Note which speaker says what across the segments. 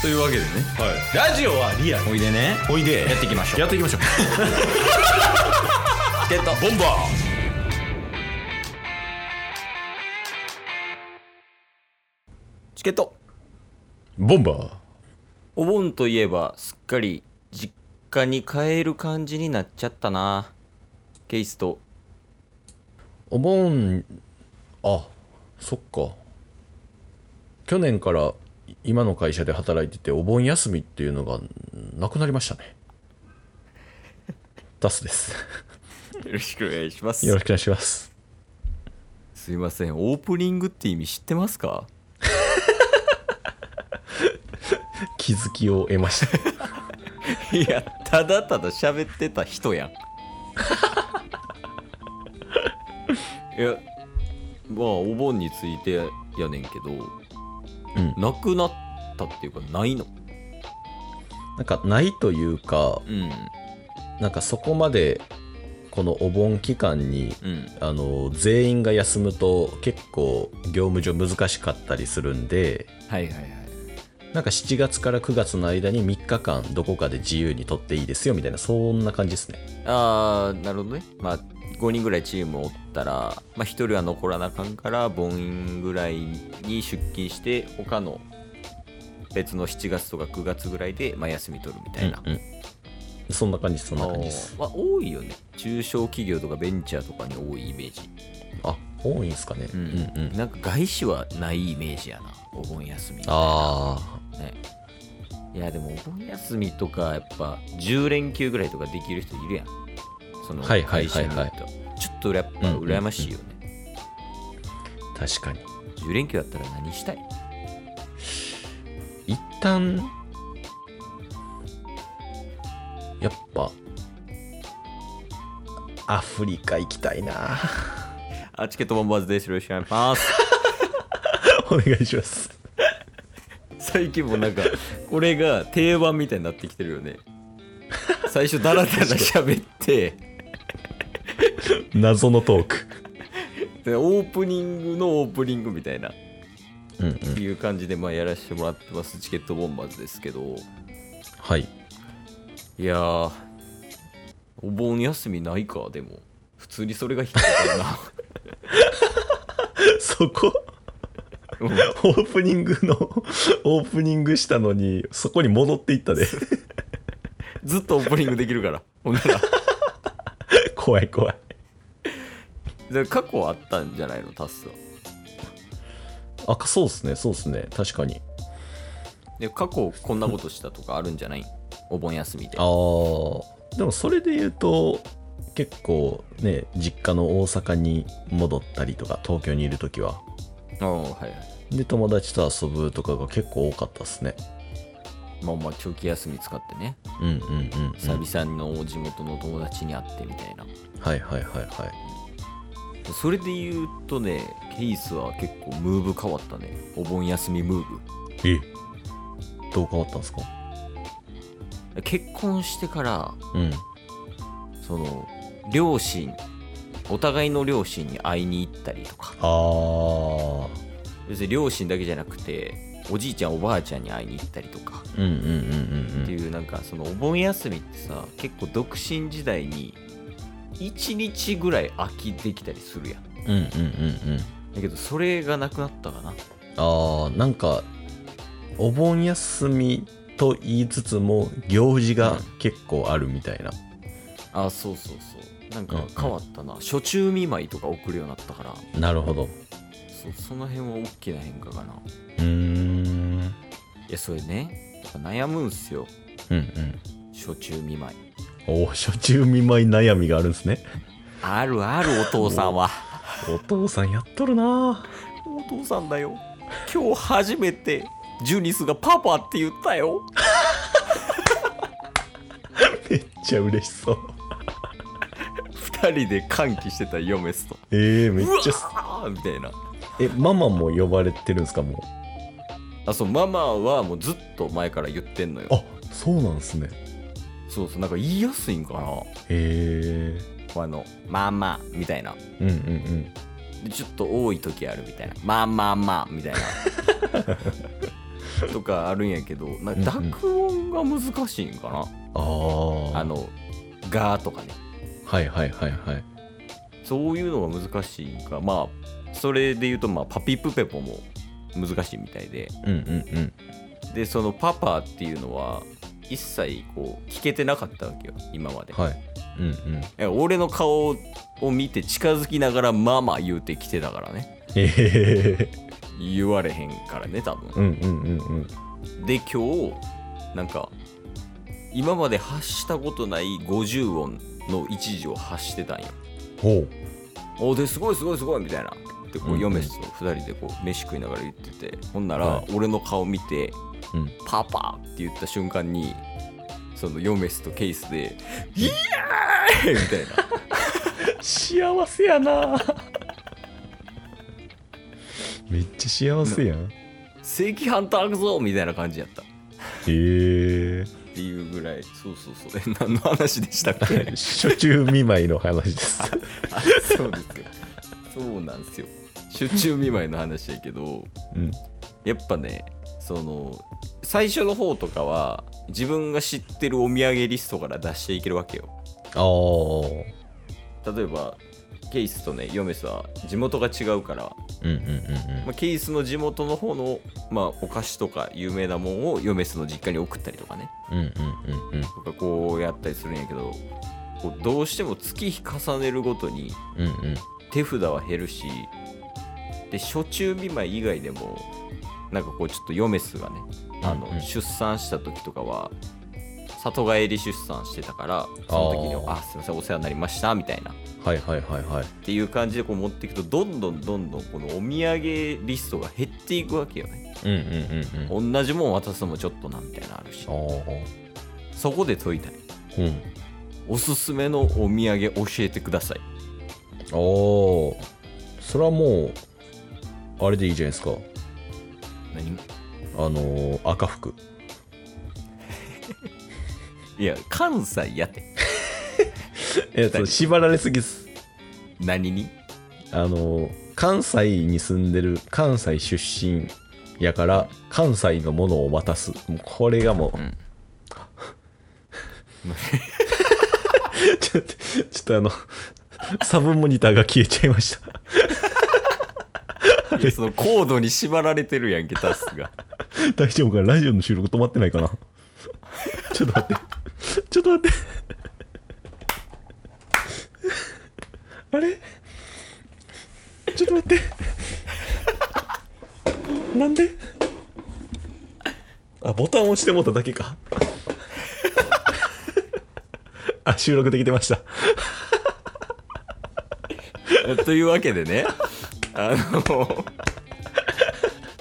Speaker 1: というわけでね
Speaker 2: はい、ラジオはリアル
Speaker 1: おいでね
Speaker 2: おいで
Speaker 1: やっていきましょう
Speaker 2: やっていきましょう
Speaker 1: ゲット
Speaker 2: ボンバ
Speaker 1: チケット
Speaker 2: ーボンバー
Speaker 1: お盆といえばすっかり実家に帰る感じになっちゃったなケイスと
Speaker 3: お盆あそっか去年から今の会社で働いててお盆休みっていうのがなくなりましたね ダスです
Speaker 1: よろしくお願いします
Speaker 3: よろしくお願いします
Speaker 1: すいませんオープニングって意味知ってますか
Speaker 3: 気づきを得ました
Speaker 1: いやただただ喋ってた人 やんいやまあお盆についてやねんけど、
Speaker 3: ん
Speaker 1: なくなったっていうかないの
Speaker 3: なんかないというか
Speaker 1: うん
Speaker 3: なんかそこまでこのお盆期間に
Speaker 1: うん
Speaker 3: あの全員が休むと結構業務上難しかったりするんで
Speaker 1: はいはいはい
Speaker 3: なんか7月から9月の間に3日間どこかで自由に取っていいですよみたいなそんな感じですね
Speaker 1: ああなるほどねまあ5人ぐらいチームおったら、まあ、1人は残らなあかんから盆員ぐらいに出勤して他の別の7月とか9月ぐらいで、まあ、休み取るみたいな、
Speaker 3: うんうんそんな感じそんな感じです
Speaker 1: まあ、多いよね中小企業とかベンチャーとかに多いイメージ、
Speaker 3: あ多いんすかねうんうん、
Speaker 1: なんか外資はないイメージやなお盆休み
Speaker 3: あ
Speaker 1: ねいやでもお盆休みとかやっぱ10連休ぐらいとかできる人いるやんその
Speaker 3: はい
Speaker 1: 会
Speaker 3: はい
Speaker 1: 社
Speaker 3: はい
Speaker 1: に
Speaker 3: はい
Speaker 1: よってはちょっとやっぱ羨ましいよね、
Speaker 3: あ確かに
Speaker 1: 10連休だったら何したい
Speaker 3: 一旦やっぱアフリカ行きたいな
Speaker 1: あチケットボンバーズですよろしくお願いします
Speaker 3: お願いします
Speaker 1: 最近もなんかこれが定番みたいになってきてるよね最初ダラダラ喋って
Speaker 3: 謎のトーク
Speaker 1: でオープニングのオープニングみたいな、
Speaker 3: うんうん
Speaker 1: っていう感じでまあやらせてもらってますチケットボンバーズですけど
Speaker 3: はい
Speaker 1: いやーお盆休みないかでも普通にそれが引っかかる な
Speaker 3: そこ
Speaker 1: うん
Speaker 3: オープニングのオープニングしたのにそこに戻っていったで
Speaker 1: ずっとオープニングできるからほんなら
Speaker 3: 怖い怖い
Speaker 1: で過去あったんじゃないのタスは
Speaker 3: あそうっすねそうっすね確かに
Speaker 1: で過去こんなことしたとかあるんじゃないお盆休みで
Speaker 3: ああでもそれで言うと結構ね実家の大阪に戻ったりとか東京にいる時は
Speaker 1: あはいはい
Speaker 3: で友達と遊ぶとかが結構多かったっすね
Speaker 1: まあまあ長期休み使ってね
Speaker 3: うんうんうん、うん、
Speaker 1: 久々の地元の友達に会ってみたいな、
Speaker 3: はいはいはいはい
Speaker 1: それで言うとねケイスは結構ムーブ変わったねお盆休みムー
Speaker 3: えどう変わったんですか
Speaker 1: ブ結婚してから
Speaker 3: うん
Speaker 1: その両親お互いの両親に会いに行ったりとか
Speaker 3: ああ
Speaker 1: 要するに両親だけじゃなくておじいちゃんおばあちゃんに会いに行ったりとか
Speaker 3: うんうんうんうん
Speaker 1: っていうなんかそのお盆休みってさ結構独身時代に1日ぐらい空きできたりするやん
Speaker 3: うんうんうんうんうん
Speaker 1: だけどそれがなくなったかな
Speaker 3: あーなんかお盆休みと言いつつも行事が結構あるみたいな、
Speaker 1: あそうそうそうなん
Speaker 3: う
Speaker 1: か
Speaker 3: んうん
Speaker 1: 変わったな、初中見舞いとか送るようになったから
Speaker 3: なるほど
Speaker 1: そその辺は大きな変化かないう
Speaker 3: ーん
Speaker 1: やそれねやっぱ悩むんすよ
Speaker 3: うんうん
Speaker 1: 初中見舞い
Speaker 3: お初中見舞い悩みがあるんですね
Speaker 1: あるあるお父さんは
Speaker 3: お父さんやっとるな
Speaker 1: お父さんだよ今日初めてジュニスがパパって言ったよ
Speaker 3: めっちゃ嬉しそう
Speaker 1: 2人で歓喜してた嫁すと
Speaker 3: えー、め
Speaker 1: う
Speaker 3: っ
Speaker 1: わ
Speaker 3: ちゃ
Speaker 1: ーみたいな
Speaker 3: えママも呼ばれてるんですかも
Speaker 1: あそうママはもうずっと前から言ってんのよ
Speaker 3: うあそうなんですね
Speaker 1: そうそうなんか言いやすいんかな
Speaker 3: へえ
Speaker 1: あのまあまあみたいな
Speaker 3: うんうん
Speaker 1: でちょっと多い時あるみたいなまあまあまあみたいなとかあるんやけど、まあ、
Speaker 3: ん
Speaker 1: 濁音が難しいんかな、
Speaker 3: あー
Speaker 1: あの「が」とかね
Speaker 3: はいはいはいはい
Speaker 1: そういうのが難しいんかまあそれで言うと、まあ、パピプペポも難しいみたいで
Speaker 3: うんうんうん
Speaker 1: でその「パパ」っていうのは一切こう聞けてなかったわけよ今まで、
Speaker 3: はいうんうん
Speaker 1: え俺の顔を見て近づきながら「ママ」言うてきてたからね
Speaker 3: ええ
Speaker 1: 言われへんからね多分
Speaker 3: うんうんうんうん
Speaker 1: で今日なんか今まで発したことない50音の一時を発してたんよ。
Speaker 3: ほう
Speaker 1: おですごいすごいすごいみたいな。でこ
Speaker 3: うんう
Speaker 1: うん嫁と2人でこう飯食いながら言っててほんなら
Speaker 3: は
Speaker 1: 俺の顔見て
Speaker 3: うん
Speaker 1: 「パパ」って言った瞬間にその嫁とケースで「イエーイ!」みたいな。
Speaker 3: 幸せやなめっちゃ幸せやんへ
Speaker 1: 正規反対くぞみたいな感じやった。っ
Speaker 3: え
Speaker 1: ていうぐらいそうそうそうえ何の話でしたっけ
Speaker 3: 初中見舞いの話です
Speaker 1: あそうですよ。そうなんですよ。出中見舞いの話やけど、
Speaker 3: うん
Speaker 1: やっぱね、その最初の方とかは自分が知ってるお土産リストから出していけるわけよ。
Speaker 3: ああ
Speaker 1: 例えばケイスとね、ヨメスは地元が違うから、
Speaker 3: うんうんうん
Speaker 1: まあ、ケイスの地元の方の、まあ、お菓子とか有名なもんをヨメスの実家に送ったりとかね、
Speaker 3: うんうんうんうん
Speaker 1: とかこうやったりするんやけど、こうどうしても月日重ねるごとに
Speaker 3: うんうん
Speaker 1: 手札は減るしで初中見舞い以外でもなんかこうちょっとヨメスがねあの、
Speaker 3: うんうん
Speaker 1: 出産した時とかは里帰り出産してたからその時に
Speaker 3: あー
Speaker 1: あすいませんお世話になりましたみたいなっ
Speaker 3: はいはいはいはい
Speaker 1: ていう感じでこう持っていくとどんどんどんどんこのお土産リストが減っていくわけよね
Speaker 3: うんうんうんうんあ
Speaker 1: 同じもん渡すのもちょっとなみたいなのあるし
Speaker 3: あ
Speaker 1: そこで解いたい
Speaker 3: うん
Speaker 1: おすすめのお土産教えてください
Speaker 3: ああそれはもうあれでいいじゃないですか
Speaker 1: 何
Speaker 3: あのー赤服
Speaker 1: いや関西やって
Speaker 3: えっと縛られすぎです
Speaker 1: 何に
Speaker 3: あの関西に住んでる関西出身やから関西のものを渡すもうこれがもう、
Speaker 1: ん
Speaker 3: ちょっとちょっとあの サブモニターが消えちゃいました
Speaker 1: いや そのコードに縛られてるやんけ、タスが。
Speaker 3: 大丈夫かなラジオの収録止まってないかな ちょっと待ってちょっと待って あれちょっと待ってなんであボタン押してもうただけか あ収録できてました
Speaker 1: というわけでね、あの、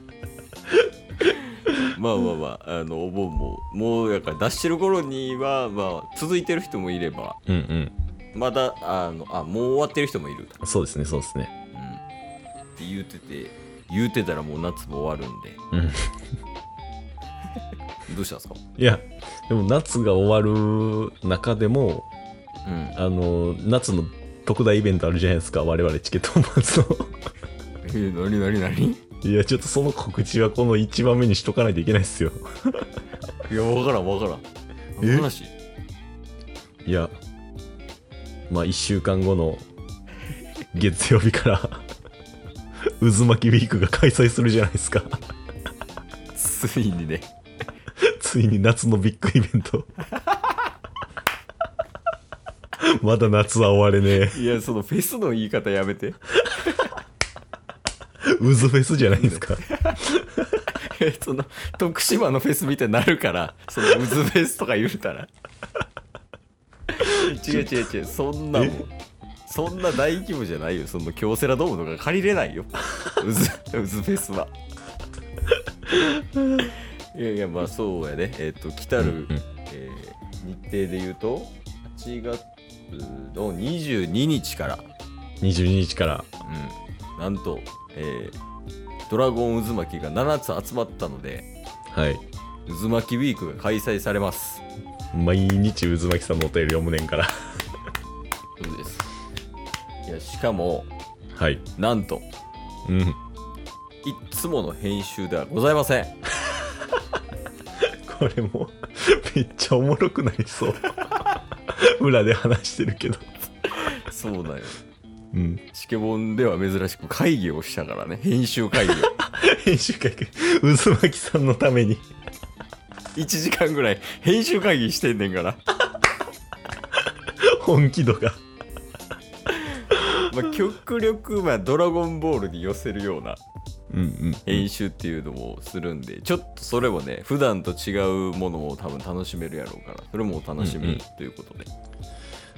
Speaker 1: まあまあまあ、あのお盆も、もうやから出してる頃には、まあ、続いてる人もいれば、
Speaker 3: うんうん
Speaker 1: まだ、あの、あ、もう終わってる人もいる。
Speaker 3: そうですねそうですね
Speaker 1: うん。って言うてて、言うてたらもう夏も終わるんで、
Speaker 3: うん
Speaker 1: どうしたんですか
Speaker 3: いやでも夏が終わる中でも
Speaker 1: うん。
Speaker 3: あの夏の特大イベントあるじゃないですか我々チケットを待つの
Speaker 1: え、なになになに
Speaker 3: いやちょっとその告知はこの1番目にしとかないといけないですよ
Speaker 1: いや、わからんわからん。
Speaker 3: え
Speaker 1: 何の話
Speaker 3: いやまあ1週間後の月曜日から渦巻きウィークが開催するじゃないですか
Speaker 1: ついにね。
Speaker 3: ついに夏のビッグイベントまだ夏は終われねえ
Speaker 1: いや、そのフェスの言い方やめて。
Speaker 3: 渦フェスじゃないですか
Speaker 1: えその徳島のフェスみたいになるからそのウズフェスとか言うたら違う違う違うそんなもん
Speaker 3: え
Speaker 1: そんな大規模じゃないよその京セラドームとか借りれないよウズウズフェスはいやいやまあそうやねえっ、と来たる、
Speaker 3: うんうん
Speaker 1: えー日程で言うと8月の22日から、
Speaker 3: 22日から
Speaker 1: うん、なんと、えードラゴン渦巻きが7つ集まったので
Speaker 3: はい
Speaker 1: 渦巻きウィークが開催されます。
Speaker 3: 毎日渦巻きさんのお便り読むねんから
Speaker 1: そうです。いや、しかも、
Speaker 3: はい
Speaker 1: なんと、
Speaker 3: うん
Speaker 1: いっつもの編集ではございません。
Speaker 3: それもめっちゃおもろくなりそう裏で話してるけど
Speaker 1: そうだよ
Speaker 3: うん
Speaker 1: シケボンでは珍しく会議をしたからね編集会議を
Speaker 3: 編集会議渦巻きさんのために
Speaker 1: 1時間ぐらい編集会議してんねんから
Speaker 3: 本気度が
Speaker 1: まあ、極力、まあ、ドラゴンボールに寄せるような
Speaker 3: うんうん
Speaker 1: 編集っていうのもするんで、ちょっとそれもね、普段と違うものを多分楽しめるやろうから、それもお楽し
Speaker 3: うんうん
Speaker 1: みということで。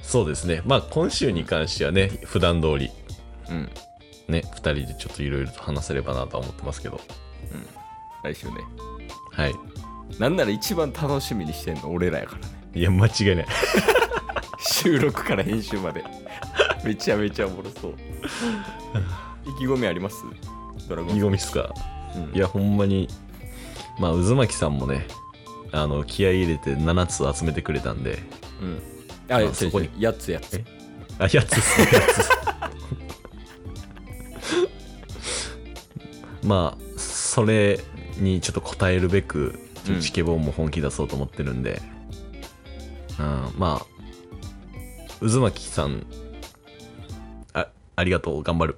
Speaker 3: そうですねまあ今週に関してはね普段通り
Speaker 1: うん、
Speaker 3: ね2人でちょっといろいろと話せればなとは思ってますけど
Speaker 1: 来週ね。
Speaker 3: はい
Speaker 1: なんなら一番楽しみにしてんの俺らやからね。
Speaker 3: いや間違いない
Speaker 1: 収録から編集まで。 めちゃめちゃおもろ そう。意気込みありますドラゴ
Speaker 3: 意気
Speaker 1: ン
Speaker 3: 込みっすか
Speaker 1: うん
Speaker 3: いやほんまにまあ渦巻きさんもねあの気合い入れて7つ集めてくれたんで
Speaker 1: うん。あ、
Speaker 3: あ
Speaker 1: そ
Speaker 3: そ
Speaker 1: こ
Speaker 3: こ
Speaker 1: に
Speaker 3: に。
Speaker 1: やつやつ。
Speaker 3: あやつっすねやつっすまあそれにちょっと応えるべくちょっとチケボンも本気出そうと思ってるんで、うんまあ渦巻さんあありがとう頑張る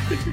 Speaker 4: す